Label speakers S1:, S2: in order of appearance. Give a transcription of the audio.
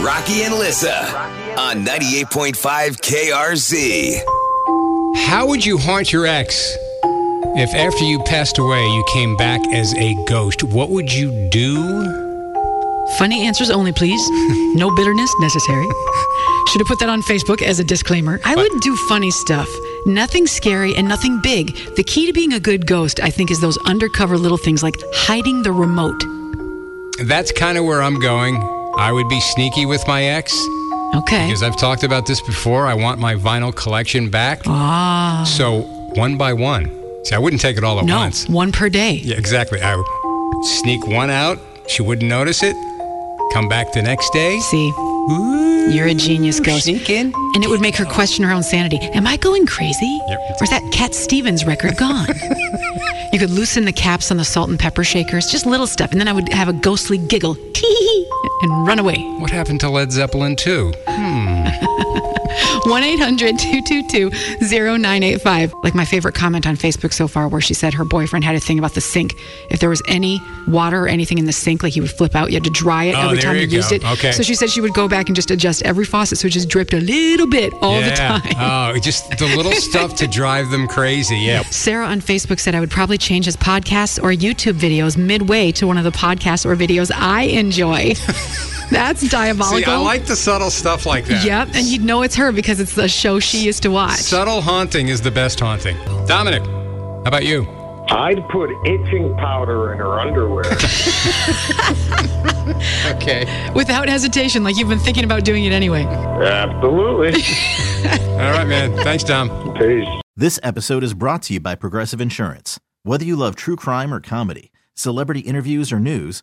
S1: Rocky and Lissa on 98.5 KRZ.
S2: How would you haunt your ex if after you passed away you came back as a ghost? What would you do?
S3: Funny answers only, please. No bitterness necessary. Should have put that on Facebook as a disclaimer. I would do funny stuff. Nothing scary and nothing big. The key to being a good ghost, I think, is those undercover little things like hiding the remote.
S2: That's kind of where I'm going. I would be sneaky with my ex
S3: Okay.
S2: because I've talked about this before. I want my vinyl collection back. Ah. So one by one. See, I wouldn't take it all at
S3: No,
S2: once.
S3: one per day.
S2: Yeah, exactly. I would sneak one out. She wouldn't notice it. Come back the next day.
S3: See, you're a genius ghost.
S2: Sneaking.
S3: And it would make her question her own sanity. Am I going crazy?
S2: Yep.
S3: Or is that Cat Stevens record gone? you could loosen the caps on the salt and pepper shakers, just little stuff. And then I would have a ghostly giggle, tee and run away.
S2: What happened to Led Zeppelin 2?
S3: 1 800 222 0985. Like my favorite comment on Facebook so far, where she said her boyfriend had a thing about the sink. If there was any water or anything in the sink, like he would flip out, you had to dry it
S2: Oh,
S3: every
S2: there
S3: time
S2: you
S3: you,
S2: go.
S3: used it.
S2: Okay.
S3: So she said she would go back and just adjust every faucet so it just dripped a little bit all the
S2: yeah.
S3: time.
S2: Oh, just the little stuff to drive them crazy. Yeah.
S3: Sarah on Facebook said I would probably change his podcasts or YouTube videos midway to one of the podcasts or videos I enjoy. That's diabolical.
S2: See, I like the subtle stuff like that.
S3: Yep, and you'd know it's her because it's the show she used to watch.
S2: Subtle haunting is the best haunting. Dominic, how about you?
S4: I'd put itching powder in her underwear.
S2: Okay.
S3: Without hesitation, like you've been thinking about doing it anyway.
S4: Absolutely.
S2: All right, man. Thanks, Dom.
S4: Peace.
S5: This episode is brought to you by Progressive Insurance. Whether you love true crime or comedy, celebrity interviews or news,